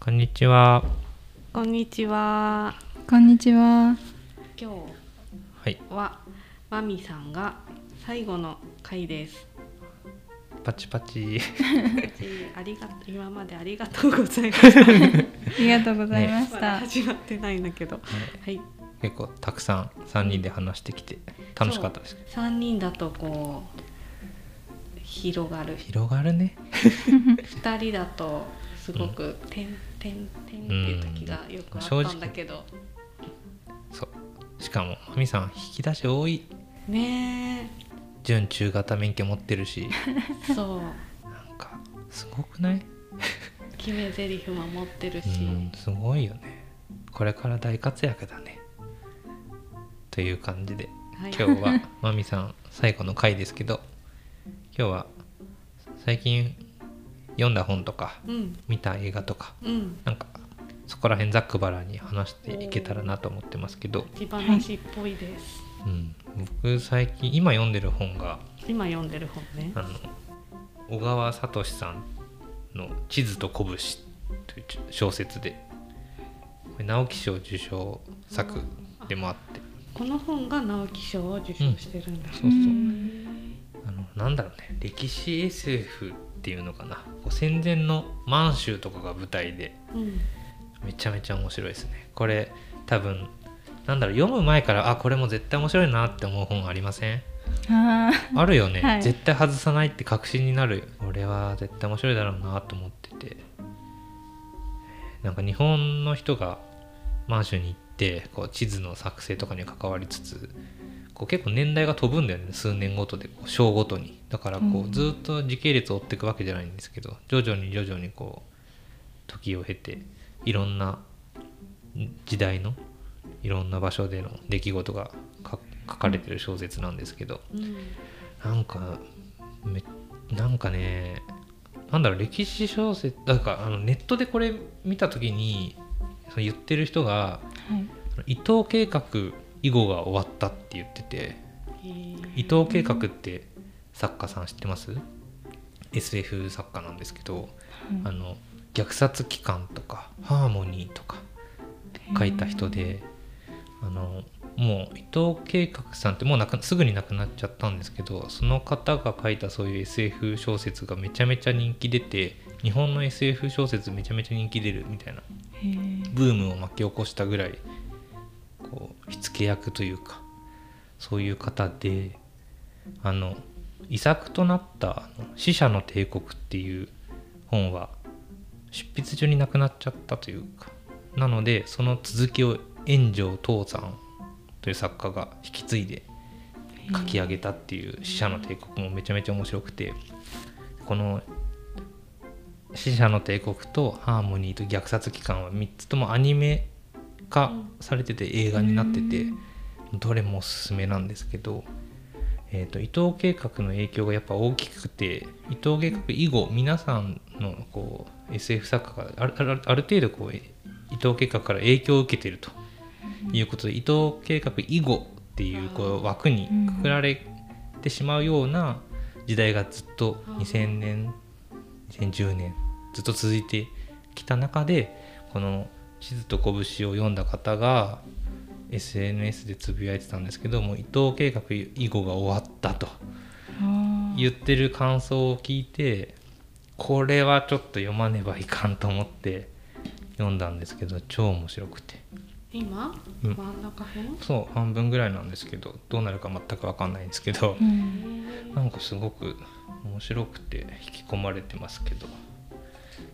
こんにちは。こんにちは。こんにちは。今はい、日はマミさんが最後の回です。パチパチ。 ありがと今までありがとうございました。ありがとうございましま だた。始まってないんだけど、はい。結構たくさん三人で話してきて楽しかったです。三人だとこう広がる。広がるね。二人だとすごく点点点っていう時がよくあったんだけど、そう。しかもまみさん引き出し多い。ね準中型免許持ってるし、え、そうなんかすごくない？決め台詞も持ってるうし、ん、すごいよね。これから大活躍だね。という感じで、はい今日はまみさん最後の回ですけど、今日は最近読んだ本とかうん見た映画とかうん。なんかそこら辺ざっくばらんに話していけたらなと思ってますけど、手話っぽいです。うん、僕最近今読んでる本が今読んでる本ね。あの小川聡さんの「地図と拳」という小説でこれ直木賞受賞作でもあってこの本が直木賞を受賞してるんだ。そうそううんあのなんだろうね歴史 SF っていうのかなこう戦前の満州とかが舞台でうん。めちゃめちゃ面白いですねこれ多分なんだろう読む前からあこれも絶対面白いなって思う本ありませんあ あるよね、はい絶対外さないって確信になるこれは絶対面白いだろうなと思っててなんか日本の人が満州に行ってこう地図の作成とかに関わりつつこう結構年代が飛ぶんだよね数年ごとでこう章ごとにだからこううんずっと時系列を追っていくわけじゃないんですけど徐々に徐々にこう時を経ていろんな時代のいろんな場所での出来事がか書かれてる小説なんですけどうん。なんかめなんかねなんだろう歴史小説なんかあのネットでこれ見た時にその言ってる人がーはい。伊藤計画以後が終わったって言っててへ伊藤計画って作家さん知ってます ?SF 作家なんですけどあの虐殺機関とかハーモニーとか書いた人であのもう伊藤計画さんってもうなくすぐに亡くなっちゃったんですけどその方が書いたそういう SF 小説がめちゃめちゃ人気出て日本の SF 小説めちゃめちゃ人気出るみたいなへーブームを巻き起こしたぐらいこう火付け役というかそういう方であの遺作となったあの「死者の帝国」っていう本は執筆中に亡くなっちゃったというかなのでその続きを円城東山という作家が引き継いで書き上げたっていう「死者の帝国」もめちゃめちゃ面白くてこの「死者の帝国」と「ハーモニー」と「虐殺機関」は3つともアニメ化されてて映画になっててどれもおすすめなんですけど、えー、と伊藤計画の影響がやっぱ大きくて伊藤計画以後皆さんのこう SF 作家があるあるある程度こうえ伊藤計画から影響を受けてるということで伊藤計画以後っていうこう枠にくくられてしまうような時代がずっと2000年2010年ずっと続いてきた中でこの「地図と拳」を読んだ方が SNS でつぶやいてたんですけどもう伊藤計画以後が終わったとあー言ってる感想を聞いてこれはちょっと読まねばいかんと思って読んだんですけど超面白くて今、うん真ん中辺。そう半分ぐらいなんですけどどうなるか全く分かんないんですけどうんなんかすごく面白くて引き込まれてますけど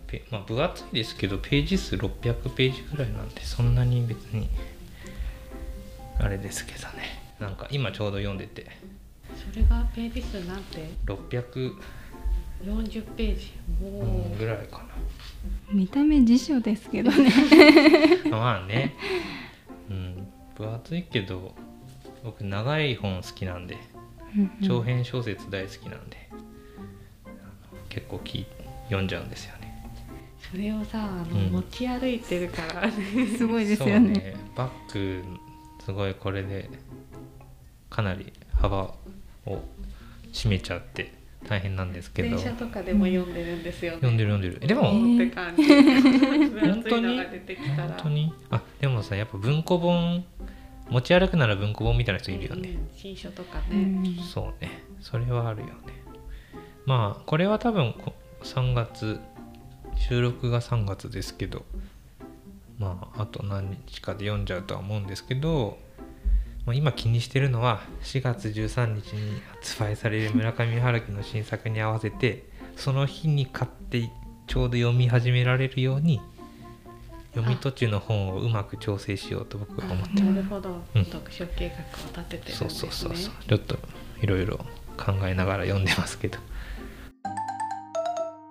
ペまあ分厚いですけどページ数600ページぐらいなんでそんなに別にあれですけどねなんか今ちょうど読んでてそれがページ数なんて600 40ページ。おおうんぐらいか見た目辞書ですけどね。なまあねうん分厚いけど僕長い本好きなんで長編小説大好きなんで、あの結構き読んじゃうんですよねそれをさ、あの、うん持ち歩いてるから、ね。すごいですよね。そうバッグすごいこれでかなり幅を占めちゃって大変なんですけど電車とかでも読んでるんですよね。読んでる読んでるえでもおーって感じ。本当に熱いのが出てきたら本当にあでもさやっぱ文庫本持ち歩くなら文庫本みたいな人いるよね、うん新書とかうね。んそうねそれはあるよねまあこれは多分こ3月収録が3月ですけどまああと何日かで読んじゃうとは思うんですけど、まあ、今気にしてるのは4月13日に発売される村上春樹の新作に合わせてその日に買ってちょうど読み始められるように読み途中の本をうまく調整しようと僕は思ってますあなるほど、うん読書計画を立ててるんですそうね。そうそうそうちょっといろいろ考えながら読んでますけど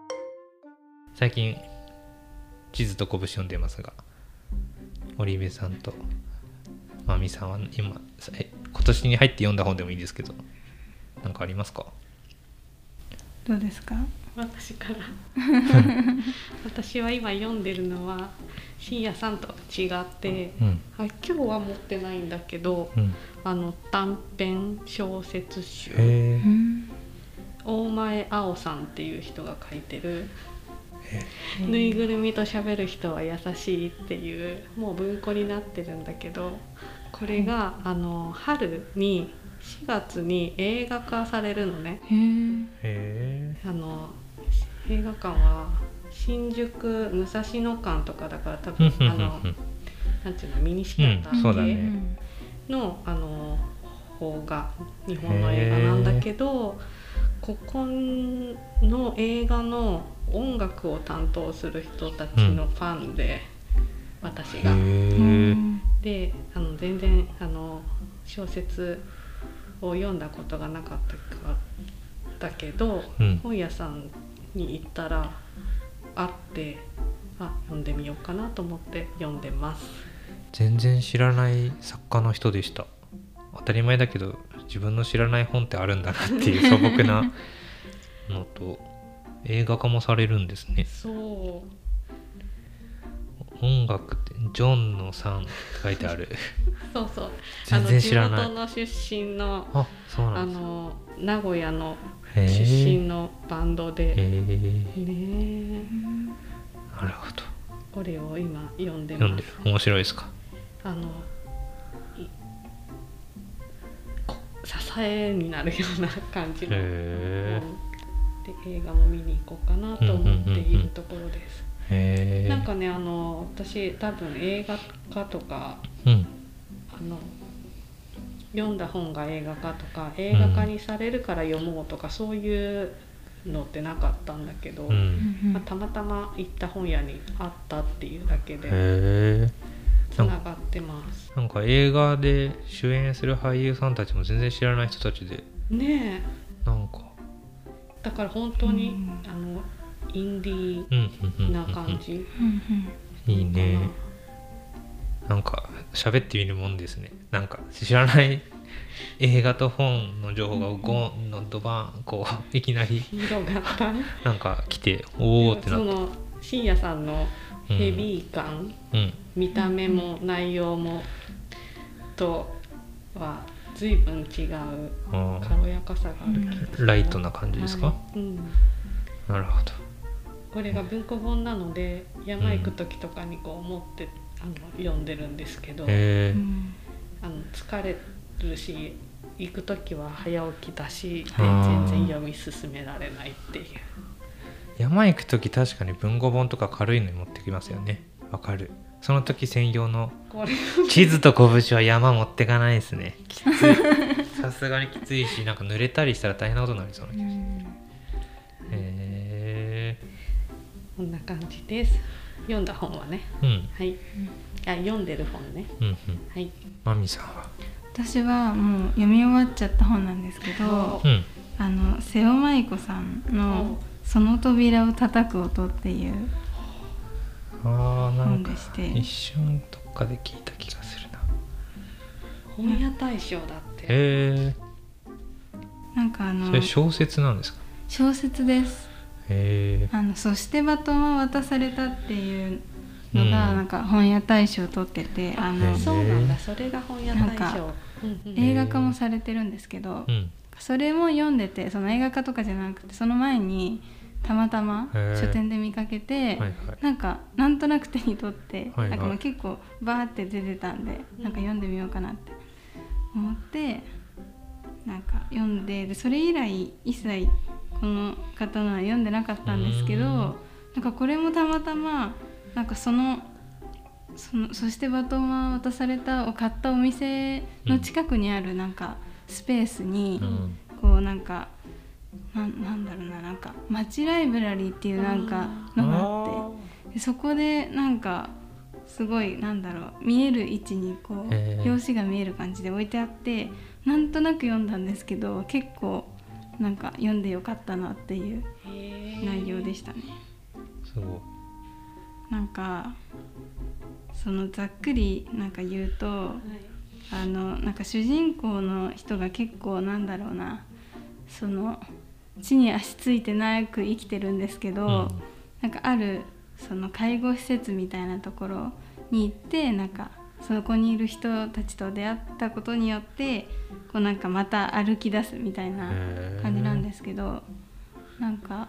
最近地図と拳読んでますが織部さんとまみさんは今さえ今年に入って読んだ本でもいいですけどなんかありますかどうですか私から私は今読んでるのは深夜さんとは違って、うんあ今日は持ってないんだけどうんあの短編小説集へえうん大前青さんっていう人が書いてるえ「ぬいぐるみと喋る人は優しい」っていうもう文庫になってるんだけどこれがあの春に4月に映画化されるのね。へえへあの映画館は新宿武蔵野館とかだから多えうん 分うあんのうんなんていうのミニシアタうんそうだーね系のあの方が日本の映画なんだけどここの映画の音楽を担当する人たちのファンで、私うが。んへえであの全然あの小説を読んだことがなかったかだけど、うん本屋さんに行ったらあってあ読んでみようかなと思って読んでます。全然知らない作家の人でした当たり前だけど自分の知らない本ってあるんだなって いう素朴なのと映画化もされるんですねそう音楽って「ジョンの3」って書いてあるそうそう全然知らない あの地元の出身のあそうなあんですの名古屋のへ出え身のバンドで、へえねえなるほどこれを今読んで読んま。でする面白いですかあのいこ支えになるような感じの、へうんで映画も見に行こうかなと思っているところです、えへえなんかねあの私多分映画化とかうんあの読んだ本が映画化とか映画化にされるから読もうとか、そういうのってなかったんだけど、うんまあ、たまたま行った本屋にあったっていうだけへでえつながってますなんか映画で主演する俳優さんたちも全然知らない人たちでねえなんかだから本当に、うんあのインディうんうんうんうーんな感じいいねなんか喋ってみるもんですねなんか知らない映画と本の情報がゴンのドバンこういきなり広がったなんか来ておおってなそっての深夜さんのヘビー感、うん見た目も内容もとは随分違うあ軽やかさがある感ーライトな感じじですか、はいうん、なるほどこれが文庫本なので山行く時とかにこう持ってあの読んでるんですけど、へえあの疲れるし行く時は早起きだしであ全ー然読み進められないっていう山行く時確かに文庫本とか軽いのに持ってきますよねわかるその時専用のこれ地図と拳は山持ってかないですねきついさすがにきついしなんか濡れたりしたら大変なことになりそうな気がするへえこんな感じです読んだ本はねうんはいあ読んでる本ねうんうんはいマミさんは私はもう読み終わっちゃった本なんですけどおうんあの瀬尾舞子さんのお「その扉を叩く音」っていうあーなん本かでして一瞬どっかで聞いた気がするな本屋大賞だってへえなんかあのそれ小説なんですか小説ですへあの「そしてバトンは渡された」っていうのが、うんなんか本屋大賞を取っててあのへえそうなんだそれが本屋大なん賞かうんうん映画化もされてるんですけど、えうんそれも読んでてその映画化とかじゃなくてその前にたまたまへー書店で見かけて、はいはいなんかなんとなく手に取って、はいはいなんかもう結構バーって出てたんでなんか読んでみようかなって思ってなんか読んででそれ以来一切この方のは読んでなかったんですけどうんなんかこれもたまたまなんかそのそのそしてバトンは渡されたを買ったお店の近くにあるなんかスペースに、うんこうなんかなんなんだろうななんか街ライブラリーっていうなんかのがあってでそこでなんかすごいなんだろう見える位置にこうへー表紙が見える感じで置いてあってなんとなく読んだんですけど結構なんか読んでよかったなっていう内容でししたね。すごいなんかそのざっくりなんか言うとたはいあのなんか主人公の人が結構なんだろうなその地に足ついてなく生きてるんですけど、うんなんかあるその介護施設みたいなところに行ってなんかそこにいる人たちと出会ったことによってこうなんかまた歩き出すみたいなへー感じなんですけどなんか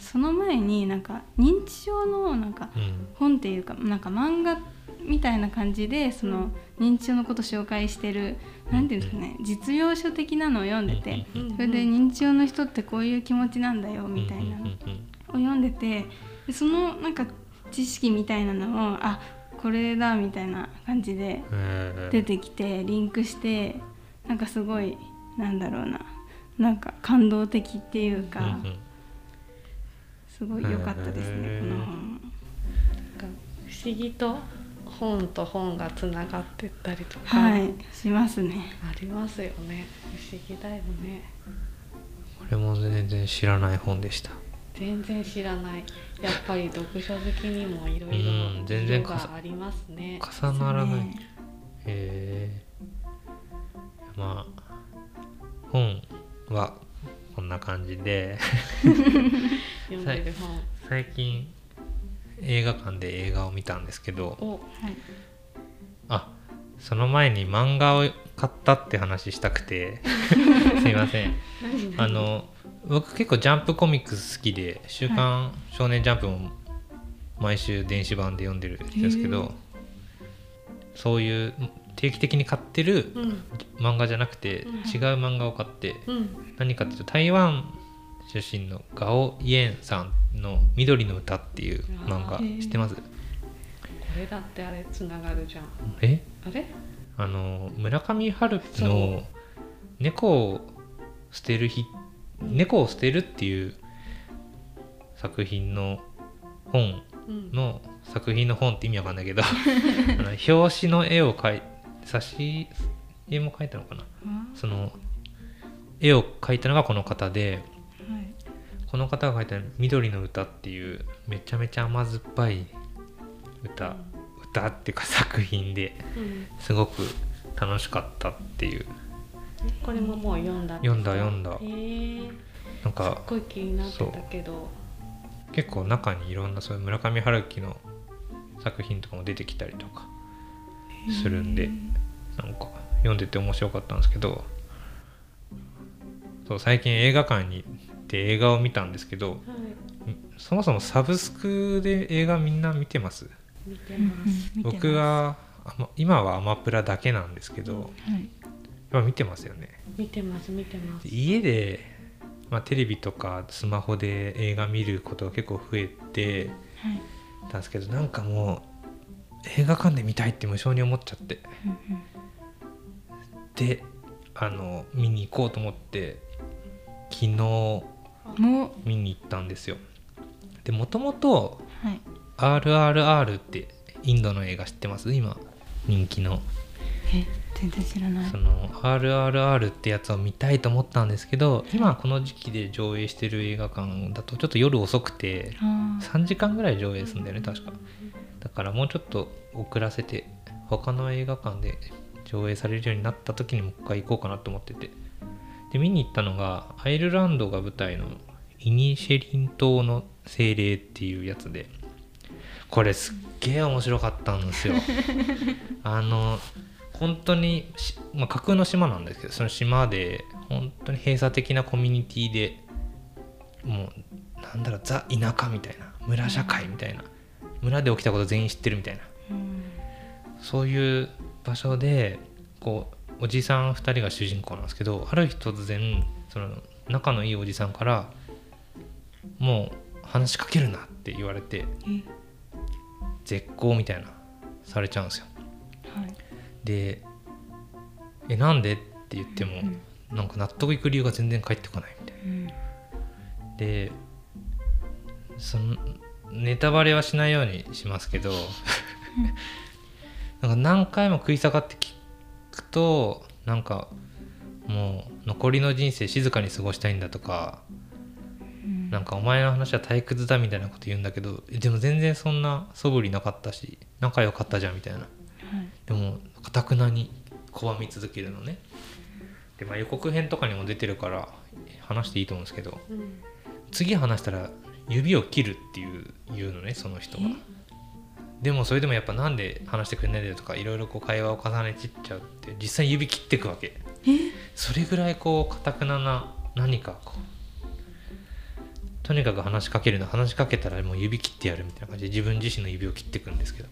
その前になんか認知症のなんかうん本っていうかなんか漫画みたいな感じでその認知症のこと紹介してるなんていうんですかね実用書的なのを読んでてうんうんそれで認知症の人ってこういう気持ちなんだよみたいなうんうのをんうん読んでてでそのなんか知識みたいなのをあこれだみたいな感じでへー出てきてリンクしてなんかすごいなんだろうななんか感動的っていううんうかんすごい良かったですねへーこの本。なんか不思議と本と本がつながってったりとか、はいしますね。ありますよね不思議だよねこれも全然知らない本でした全然知らないやっぱり読書好きにもいろいうん全然ろかさがありますね重ならない、ねへえまあ本はこんな感じで読んでる最近映画館で映画を見たんですけど本をはい。あその前に漫画を買ったって話したくてすいません何あの僕結構ジャンプコミックス好きで「週刊少年ジャンプ」も毎週電子版で読んでるんですけへえどそういう定期的に買ってるうん漫画じゃなくて違ううん漫画を買ってうん何かっていうと台湾出身のガオ・イエンさんの「緑の歌」っていう漫画あー知ってますこれだってあれつながるじゃんえあれあの村上春樹そうの「猫を捨てる日」「猫を捨てる」っていう作品の本うんの作品の本って意味わかんないけ どあの表紙の絵を描い挿絵も描いたのかなその絵を描いたのがこの方ではい。この方が書いた「緑の歌」っていうめちゃめちゃ甘酸っぱい歌歌っていうか作品でうんすごく楽しかったっていうこれももう読んだ読んだ読んだへえなんすっかごい気になってたけど結構中にいろんなそういう村上春樹の作品とかも出てきたりとかするんでなんか読んでて面白かったんですけどそう最近映画館に行って映画を見たんですけどはいそもそもサブスクで映画みんな見てます見てうんますうん僕。はあま今はアマプラだけなんですけど見てますはい。今見てますよね見てます見てます家で、まあ、テレビとかスマホで映画見ることが結構増えてはい。たんですけどなんかもう映画館で見たいって無性に思っちゃってであの見に行こうと思って昨日うんうんもう見に行ったんですよでもともとはい。 「RRR」ってインドの映画知ってます今人気のえ全然知らない。その「RRR」ってやつを見たいと思ったんですけど今この時期で上映してる映画館だとちょっと夜遅くてあー3時間ぐらい上映するんだよね確かだからもうちょっと遅らせて他の映画館で上映されるようになった時にもう一回行こうかなと思っててで見に行ったのがアイルランドが舞台のイニシェリン島の精霊っていうやつでこれすっげえ面白かったんですよあの本当にし、まあ、架空の島なんですけどその島で本当に閉鎖的なコミュニティでもうなんだろうザ田舎みたいな村社会みたいな村で起きたこと全員知ってるみたいなうんそういう場所でこうおじさん2人が主人公なんですけどある日突然その仲のいいおじさんから「もう話しかけるな」って言われてえ絶交みたいなされちゃうんですよ。はいで「えなんで?」って言ってもうんなんか納得いく理由が全然返ってこないみたいうんな。でそのネタバレはしないようにしますけど なんか何回も食い下がって聞くとなんかもう残りの人生静かに過ごしたいんだとかうんなんかお前の話は退屈だみたいなこと言うんだけどえでも全然そんな素振りなかったし仲良かったじゃんみたいなはいでもかたくなに拒み続けるのねで、まあ、予告編とかにも出てるから話していいと思うんですけどうん次話したら指を切るっていう言うのねその人がでもそれでもやっぱなんで話してくれないんだよとかいろいろこう会話を重ねちっちゃうって実際指切ってくわけそれぐらいこうかたくなな何かこうとにかく話しかけるな話しかけたらもう指切ってやるみたいな感じで自分自身の指を切ってくんですけど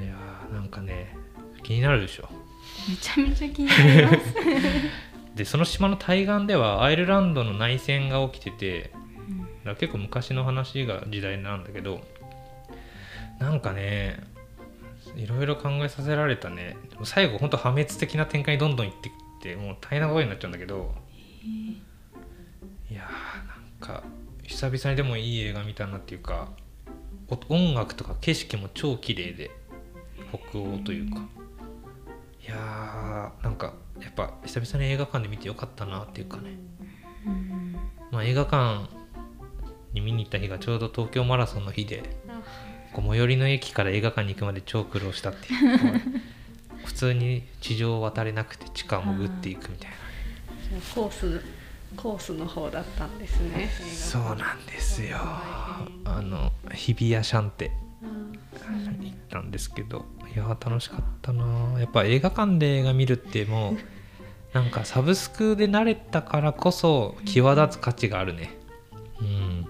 いやーなんかね気になるでしょ めちゃめちゃ気になります、でその島の対岸ではアイルランドの内戦が起きててだから結構昔の話が時代なんだけどなんかねいろいろ考えさせられたねでも最後ほんと破滅的な展開にどんどんいってきてもう大変なことになっちゃうんだけどいやーなんか久々にでもいい映画見たなっていうかお音楽とか景色も超綺麗で北欧というかいやーなんかやっぱ久々に映画館で見てよかったなっていうかねうんまあ、映画館に見に行った日がちょうど東京マラソンの日であこう最寄りの駅から映画館に行くまで超苦労したっていうこう普通に地上を渡れなくて地下を潜っていくみたいコースコースの方だったんですねなそうなんですよはあいの日比谷シャンテうん行ったんですけどいやー楽しかったなやっぱ映画館で映画見るってもうなんかサブスクで慣れたからこそ際立つ価値があるねうん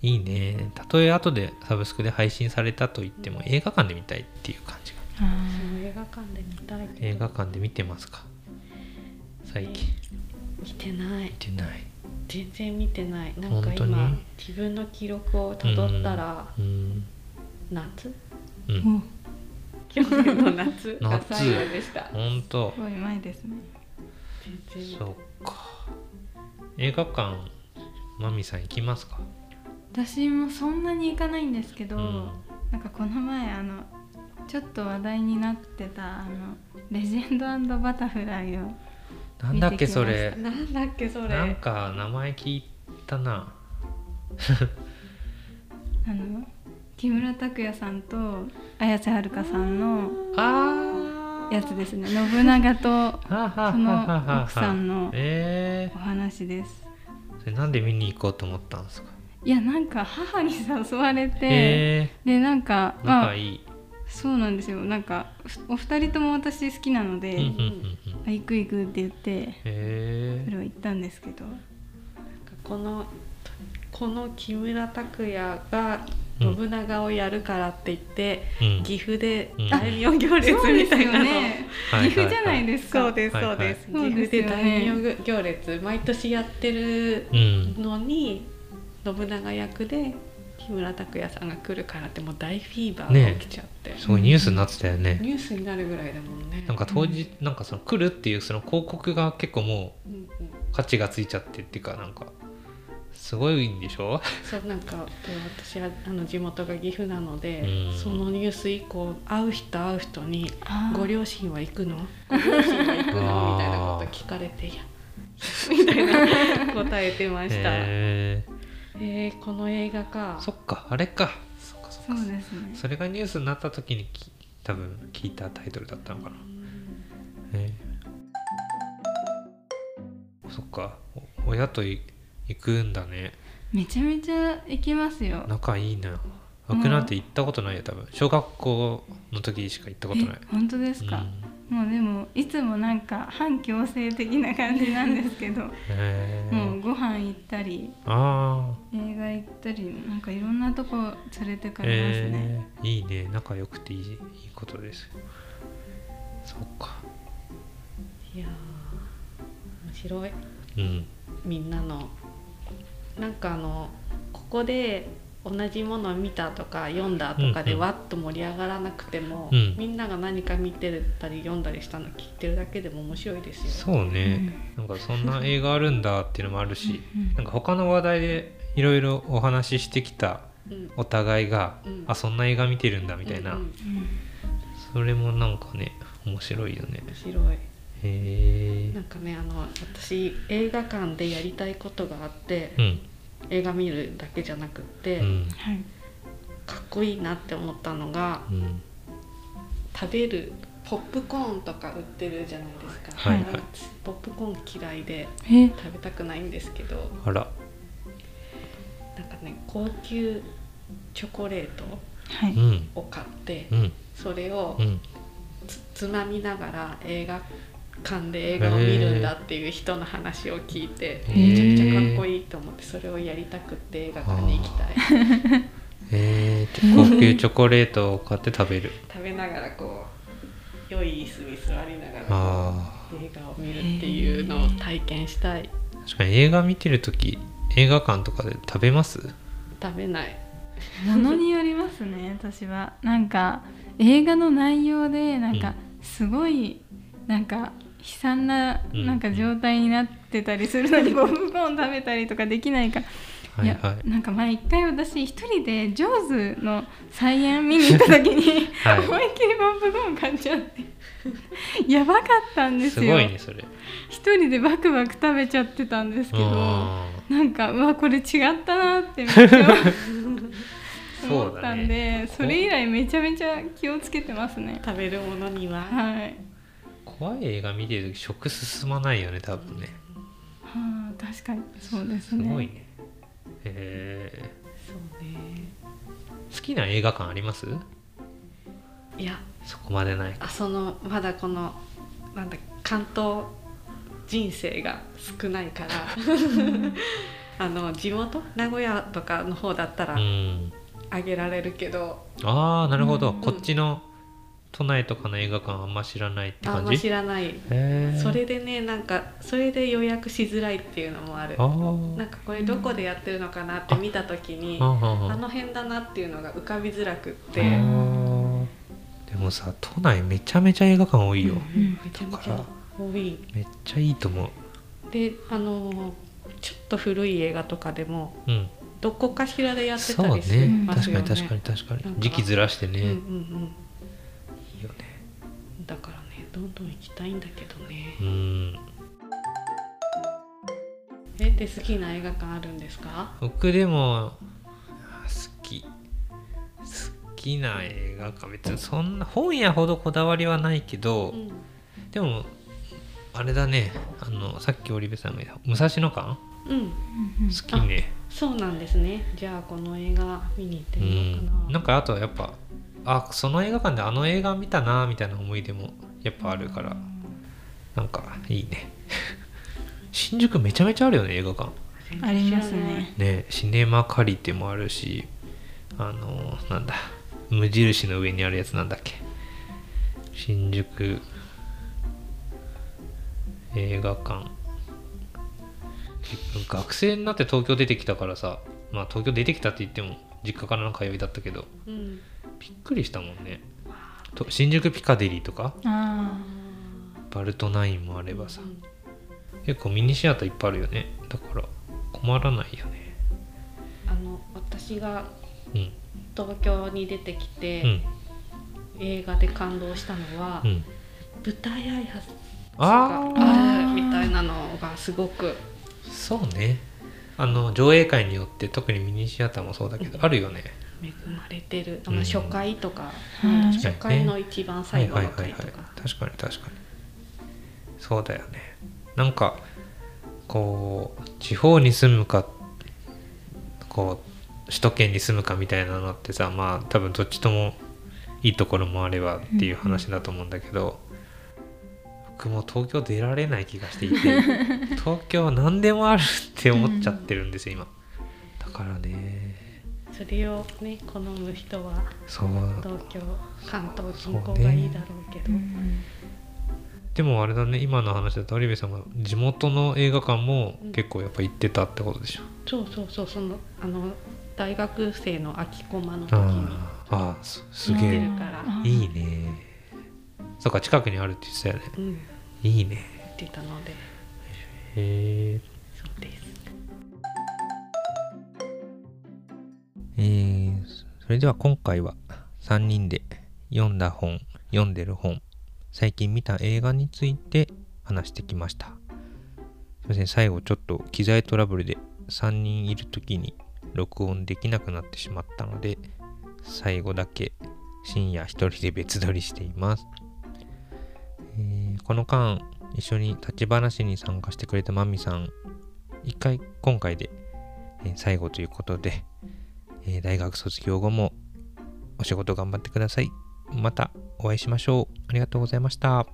いいねたとえ後でサブスクで配信されたと言っても映画館で見たいっていう感じがあそう映画館で見たい映画館で見てますか最近見てない見てない全然見てないなんか本当に今自分の記録をたどったらうん夏うーんもう去年の 夏が最後でした本当すごい前ですね全然そうか映画館マミさん行きますか私もそんなに行かないんですけうど、んなんかこの前あのちょっと話題になってたあのレジェンドバタフライをなんだっけそれなんだっけそれなんか名前聞いたなあの木村拓哉さんと綾瀬はるかさんのあやつですね信長とはははその奥さんのえお話ですー、それなんで見に行こうと思ったんですかいやなんか母に誘われて、えでなんかー、ま仲あいい、そうなんですよなんかふお二人とも私好きなので、うんうんうんうんあ行く行くって言ってえそれを行ったんですけどこのこの木村拓哉がうん信長をやるからって言って、ーうん岐阜でうん大名行列そうでみすたいよなの、ねはいはいはい岐阜じゃないですかそうですそうです、はいはい岐阜でそ大うですよ名行列毎年やってるうんのに信長役で木村拓哉さんが来るからってもう大フィーバーが起きちゃって、すごいニュースになってたよねニュースになるぐらいだもんねなんか当時なんかその来るっていうその広告が結構もうんうん、う価値がついちゃってっていうかなんかすごいんでしょそうなんかで私はあの地元が岐阜なので、うんそのニュース以降会う人会う人にあーご両親は行 くのご両親は行くのみたいなこと聞かれて「いや」 みたいな答えてましたええーこの映画かー、そっかあれかそっかそっかそうですねそれがニュースになった時にき多分聞いたタイトルだったのかな、えーそっかお親とい行くんだねめちゃめちゃ行きますよ仲いいな涌南って行ったことないよ多分小学校の時しか行ったことないえ本当ですか、もうでもいつもなんか反強制的な感じなんですけど うんへえもうご飯行ったりああ映画行ったりなんかいろんなとこ連れてかれますね、ええいいね仲良くていいいいことですよそっかいやー面白いうんみんなのなんかあのここで同じものを見たとか読んだとかうんでうんわっと盛り上がらなくても、うんみんなが何か見てたり読んだりしたの聞いてるだけでも面白いですよね。そうね、なんかそんな映画あるんだっていうのもあるしうんうんなんか他の話題でいろいろお話ししてきたうんお互いが、うんあそんな映画見てるんだみたいな、うんうんうんそれもなんかね面白いよね面白いへなんかねあの私映画館でやりたいことがあって、えうん映画見るだけじゃなくって、うんはいかっこいいなって思ったのがうん食べるポップコーンとか売ってるじゃないですか、はいはいあのポップコーン嫌いでえ食べたくないんですけどあらなんかね高級チョコレートはういんを買ってうんそれをうんつつまみながら映画館で映画を見るんだっていう人の話を聞いてへーめちゃくちゃかっこいいと思ってそれをやりたくって映画館に行きたいえー、高級チョコレートを買って食べる 食べながらこう良い椅子に座りながらこあう映画を見るっていうのを体験したいー確かに映画見てる時映画館とかで食べます食べないものによります ね私はなんか映画の内容でなんかすごいなんか悲惨なうんなんか状態になってたりする のにポップコーン食べたりとかできないからはいはいやなんか前一回私一人で「ジョーズ」の再演見に行った時に、はい 思いっきりポップコーン買っちゃってやばかったんですすよごいねそれ一人でバクバク食べちゃってたんですけどあーなんかうわこれ違ったなってめっちゃそ思うっだたねんでそ,、れ以来めちゃめちゃ気をつけてますね食べるものにははい、怖い映画見てる時食進まないよね多分ねはあ、確かにそうですすねごいねえそうねー、好きな映画館ありますいやそこまでないあそのまだこのなんだ関東人生が少ない からあの地元名古屋とかの方だったらうんあげられるけど、ああなるほど、うんこっちの都内とかの映画館あんま知らないってあん感まじ知らないへーそれでねなんかそれで予約しづらいっていうのもあるあーなんかこれどこでやってるのかなって見た時にああああの辺だなっていうのが浮かびづらくっあてーでもさ都内めちゃめちゃ映画館多いよ、うんめちゃめちゃ多いめっちゃいいと思うであのーちょっと古い映画とかでもうんどこかしらでやってそたうりしねます確よかねに確かに確かになんか時期ずらしてね、うんいういんよねうんだからねどんどん行きたいんだけどねうんえで好きな映画館あるんですか僕でもあー好き好きな映画館別にそんな本屋ほどこだわりはないけど、うんでもあれだねあのさっき織部さんが言った武蔵野館うんうんうん好きねそうなんですねじゃあこの映画見に行ってうみようかな、んなんかあとはやっぱあその映画館であの映画見たなみたいな思い出もやっぱあるからなんかいい ね新宿めちゃめちゃあるよね映画館全あ然り知らまないすねねシネマ借りてもあるしあのなんだ無印の上にあるやつなんだっけ新宿映画館結学生になって東京出てきたからさまあ東京出てきたって言っても実家からの通いだったけどうんびっくりしたもんねと新宿ピカデリーとかあバルトナインもあればさうん結構ミニシアターいっぱいあるよねだから困らないよねあの私がうん東京に出てきて、うん映画で感動したのは、うん舞台挨拶ああがあるみたいなのがすごくそうねあの上映会によって特にミニシアターもそうだけどあるよね恵まれてる、あのうん初回とか、うんうん確かに初ね回の一番はい最後はいのはいは回いと確か、かに確かにそうだよねなんかこう地方に住むかこう首都圏に住むかみたいなのってさまあ多分どっちともいいところもあればっていう話だと思うんだけど、僕も東京出られない気がしてい て東京は何でもあるって思っちゃってるんですよ今だからねそれをね好む人はそう東京関東近郊がいいだろうけどでもあれだね今の話だと織部さんが地元の映画館も結構やっぱ行ってたってことでしょ、そうそうそうそのあの大学生の空きコマの時にあーあーすす行げってえるからあーいいねそっか近くにあるって言ってたよねうんいいね行ってたのでへえそうですえーそれでは今回は3人で読んだ本読んでる本最近見た映画について話してきましたすいません最後ちょっと機材トラブルで3人いる時に録音できなくなってしまったので最後だけ深夜一人で別撮りしています、えーこの間一緒に立ち話に参加してくれたマミさん一回今回で、えー最後ということでえー大学卒業後もお仕事頑張ってください。またお会いしましょう。ありがとうございました。